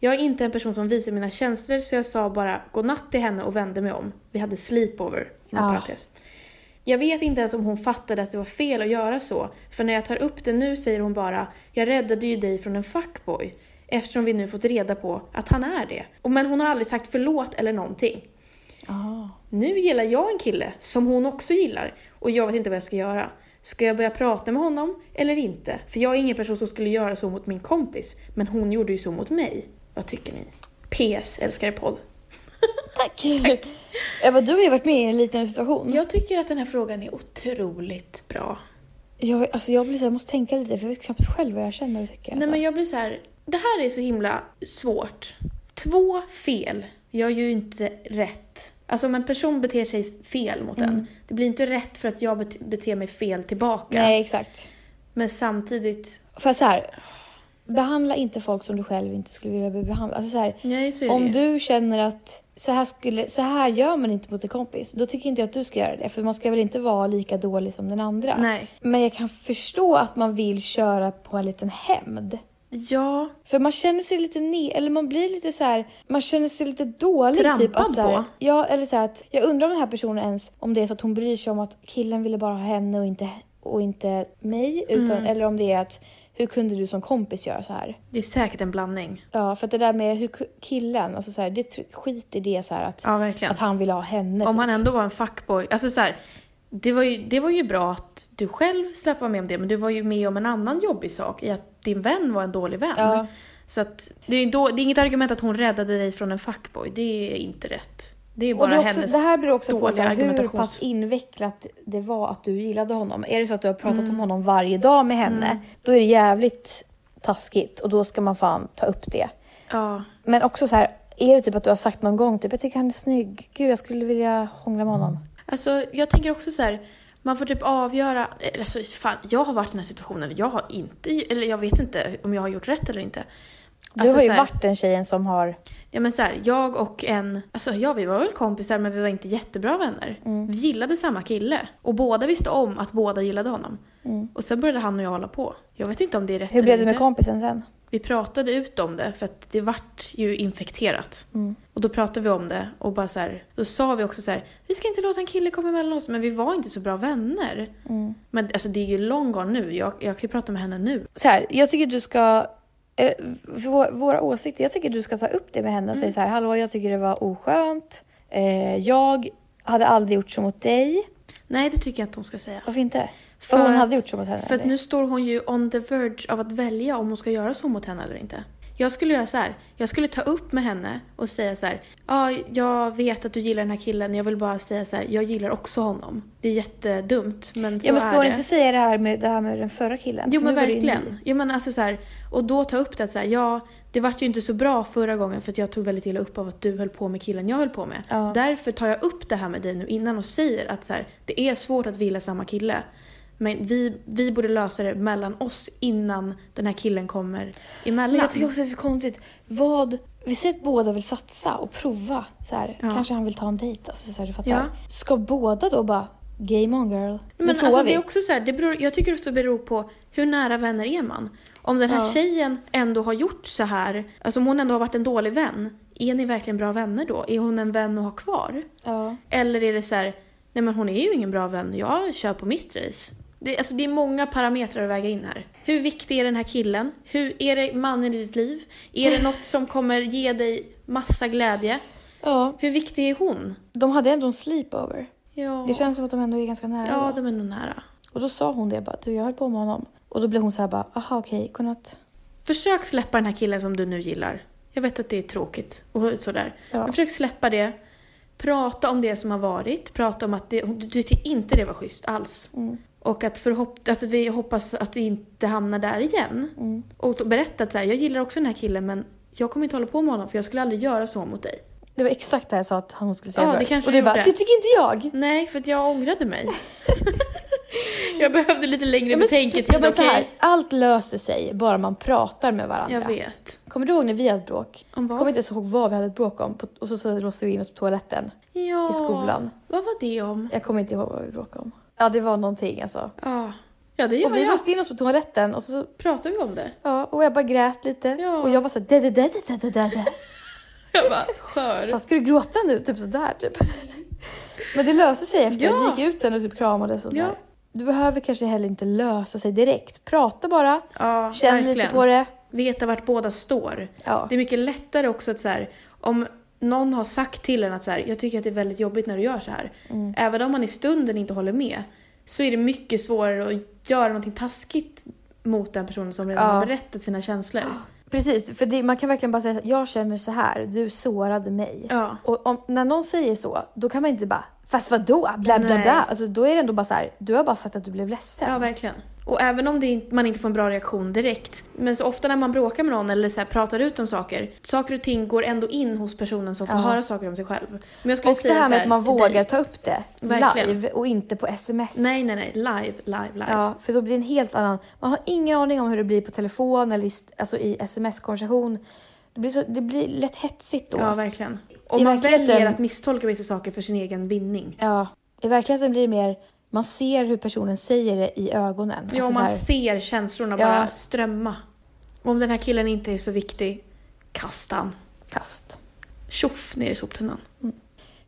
Jag är inte en person som visar mina känslor så jag sa bara godnatt till henne och vände mig om. Vi hade sleepover. inom parentes. Jag vet inte ens om hon fattade att det var fel att göra så, för när jag tar upp det nu säger hon bara “Jag räddade ju dig från en fuckboy” eftersom vi nu fått reda på att han är det. Och Men hon har aldrig sagt förlåt eller någonting. Nu gillar jag en kille som hon också gillar och jag vet inte vad jag ska göra. Ska jag börja prata med honom eller inte? För jag är ingen person som skulle göra så mot min kompis, men hon gjorde ju så mot mig. Vad tycker ni? PS, älskar er podd. Tack! Ebba, du har ju varit med i en liten situation. Jag tycker att den här frågan är otroligt bra. Jag, alltså jag blir så, jag måste tänka lite för jag vet knappt själv vad jag känner och tycker. alltså. Nej men jag blir så här. det här är så himla svårt. Två fel gör ju inte rätt. Alltså om en person beter sig fel mot en, det blir inte rätt för att jag bet- beter mig fel tillbaka. Nej exakt. Men samtidigt, För så här, behandla inte folk som du själv inte skulle vilja bli behandlad. Alltså så här, Nej, så är det om ju. du känner att så här, skulle, så här gör man inte mot en kompis, då tycker inte jag att du ska göra det. För man ska väl inte vara lika dålig som den andra. Nej. Men jag kan förstå att man vill köra på en liten hämnd. ja, För man känner sig lite ner, eller man blir lite så här, man känner sig lite dålig. typ Trampad att så här, på. Ja, eller så här att jag undrar om den här personen ens, om det är så att hon bryr sig om att killen ville bara ha henne och inte, och inte mig. Utan, Mm. Eller om det är att, hur kunde du som kompis göra så här? det är säkert en blandning. Ja, för att det där med hur ku- killen, alltså så här, det tr- skit i det så här att, Ja, verkligen. att han ville ha henne. Om typ. han ändå var en fuckboy, alltså så här, det var, ju, det var ju bra att du själv slapp vara med om det, men du var ju med om en annan jobbig sak i att din vän var en dålig vän. Ja. Så att, det, är då, det är inget argument att hon räddade dig från en fuckboy, det är inte rätt. Det är och bara det, är också, hennes det här beror också på så dåliga här, hur argumentations... pass invecklat det var att du gillade honom. Är det så att du har pratat om honom varje dag med henne, då är det jävligt taskigt och då ska man fan ta upp det. Ja, Men också så här, är det typ att du har sagt någon gång typ jag tycker han är snygg, gud jag skulle vilja hångla med honom. Alltså jag tänker också så här. Man får typ avgöra, eh, alltså fan, jag har varit i den här situationen, jag har inte, eller jag vet inte om jag har gjort rätt eller inte. Du Alltså, har ju så här, varit den tjejen som har, Ja men så här, jag och en, alltså ja vi var väl kompisar men vi var inte jättebra vänner. Mm. Vi gillade samma kille och båda visste om att båda gillade honom. Och sen började han och jag hålla på. Jag vet inte om det är rätt Mm. hur blev eller det med inte. kompisen sen? Vi pratade ut om det för att det vart ju infekterat. Mm. Och då pratade vi om det och bara så här, då sa vi också så här, vi ska inte låta en kille komma emellan oss men vi var inte så bra vänner. Mm. Men alltså det är ju long gone nu, jag, jag kan ju prata med henne nu. så här, jag tycker du ska... eller, Vår, våra åsikter, jag tycker du ska ta upp det med henne och säga så här, hallå jag tycker det var oskönt. Eh, jag hade aldrig gjort så mot dig. Nej det tycker jag inte hon ska säga. Varför inte? För, hon att- hade gjort så mot henne. För att eller? nu står hon ju on the verge av att välja om hon ska göra så mot henne eller inte. Jag skulle göra så här. Jag skulle ta upp med henne och säga så här. Ja, jag vet att du gillar den här killen. Jag vill bara säga så här. Jag gillar också honom. Det är jättedumt, men så ja, men ska är hon det. inte säga det här med, det här med den förra killen? Jo För men nu var det ju verkligen. ni. Jo men alltså så här, och då ta upp det att så här, ja, det vart ju inte så bra förra gången för att jag tog väldigt illa upp av att du höll på med killen jag höll på med. Ja. Därför tar jag upp det här med dig nu innan och säger att så här, det är svårt att vilja samma kille. Men vi, vi borde lösa det mellan oss innan den här killen kommer emellan. Men jag tycker också det är så konstigt. Vad... Vi säger att båda vill satsa och prova. Så här, Ja. Kanske han vill ta en dejt. Alltså, så här, du fattar. Ja. Ska båda då bara game on girl? Nu Men provar alltså vi. det är också så här, det beror, jag tycker också det beror på hur nära vänner är man? Om den här tjejen ändå har gjort så här, alltså om hon ändå har varit en dålig vän, är ni verkligen bra vänner då? Är hon en vän att ha kvar? Ja. Eller är det så här, nej men hon är ju ingen bra vän, jag kör på mitt race. Det, alltså det är många parametrar att väga in här. Hur viktig är den här killen? Hur, är det mannen i ditt liv? Är det något som kommer ge dig massa glädje? ja. Hur viktig är hon? De hade ändå en sleepover. Ja, Det känns som att de ändå är ganska nära. ja då. de är nog nära. Och då sa hon det bara, du jag höll på med honom. Och då blev hon så här bara, aha okej, godnatt. Försök släppa den här killen som du nu gillar. Jag vet att det är tråkigt och sådär. Ja. Men försök släppa det. Prata om det som har varit. Prata om att det, du tyckte inte det var schysst alls. Mm. Och att, förhopp, alltså att vi hoppas att vi inte hamnar där igen. Mm. Och då berätta att så här, jag gillar också den här killen men jag kommer inte hålla på med honom för jag skulle aldrig göra så mot dig. Det var exakt det jag sa att hon skulle säga Ja, det förut. kanske Och du hon bara, gjorde. det tycker inte jag! Nej, för att jag ångrade mig. jag behövde lite längre Ja, men, betänketid, ja, men så okej? här, allt löser sig bara man pratar med varandra. Jag vet. Kommer du ihåg när vi hade ett bråk? Om vad? Kommer inte ens ihåg vad vi hade ett bråk om. På, och så, så låste vi in oss på toaletten. Ja. I skolan. Vad var det om? Jag kommer inte ihåg vad vi bråkade om. Ja, det var någonting alltså. Ja, ja det gör och vi jag. låste in oss på toaletten och så, Pratar vi om det? ja, och jag bara grät lite. Ja. Och jag var såhär, det, det, det, det, det, det, det. Jag bara, skör. Fast ska du gråta nu? Typ sådär typ. Men det löser sig efter Ja. att vi gick ut sen och typ kramades och sådär. Ja. Du behöver kanske heller inte lösa sig direkt. Prata bara. Ja, Känn lite verkligen. på det. Veta vart båda står. Ja. Det är mycket lättare också att så här, om någon har sagt till en att så här, jag tycker att det är väldigt jobbigt när du gör så här. Mm. Även om man i stunden inte håller med så är det mycket svårare att göra någonting taskigt mot den personen som redan Ja. har berättat sina känslor. Precis, för det, man kan verkligen bara säga att jag känner så här, du sårade mig. Ja. Och om, när någon säger så, då kan man inte bara Fast vadå? Bla bla Nej. bla. Alltså då är det ändå bara så här, du har bara sagt att du blev ledsen. Ja, verkligen. Och även om det, in- man inte får en bra reaktion direkt, men så ofta när man bråkar med någon eller så här pratar ut om saker, saker och ting går ändå in hos personen som får höra saker om sig själv. Men jag skulle och det säga här så med att man till vågar dig. ta upp det Verkligen. live och inte på sms. Nej, nej, nej. Live, live, live. Ja, för då blir det en helt annan... Man har ingen aning om hur det blir på telefon eller i, st- alltså i sms-konversation. Det blir, så, det blir lätt hetsigt då. Ja, verkligen. Och I man verkligheten- Alltså, väljer att misstolka vissa saker för sin egen vinning. Ja. I verkligheten blir det mer... Man ser hur personen säger det i ögonen. Ja, Alltså man så här, ser känslorna Ja. bara strömma. Om den här killen inte är så viktig, kasta han. Kast. Tjoff ner i soptunnan.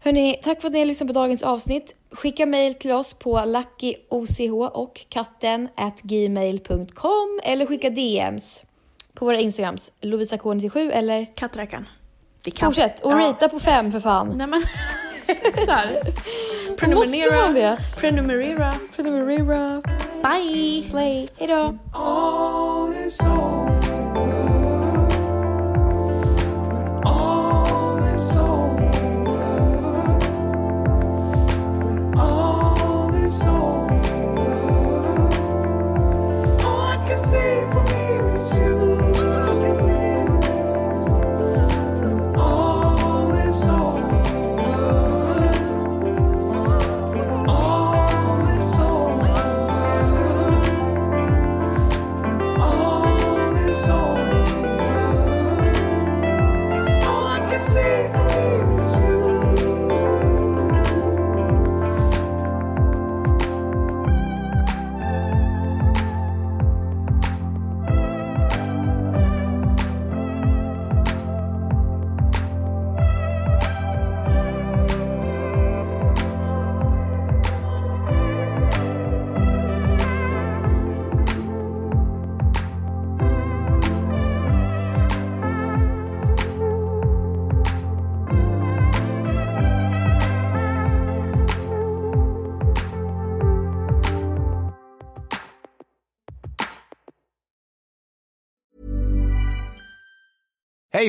Hörni, tack för att ni har lyssnat på dagens avsnitt. Skicka mejl till oss på luckyOCH och katten at gmail.com eller skicka DMs på våra Instagrams. Lovisa K97 eller... Katträkaren. Vi kan. Fortsätt och rita på fem för fan. Nej men, så här. Måste man Prenumerera. det? Prenumerera. Prenumerera. Bye! Slay. Hejdå. all this old world. All this old world. All this old world. All I can see from here is you. All I can see is you. All this old world. All this old world. All this old world. All I can see from here is Hey,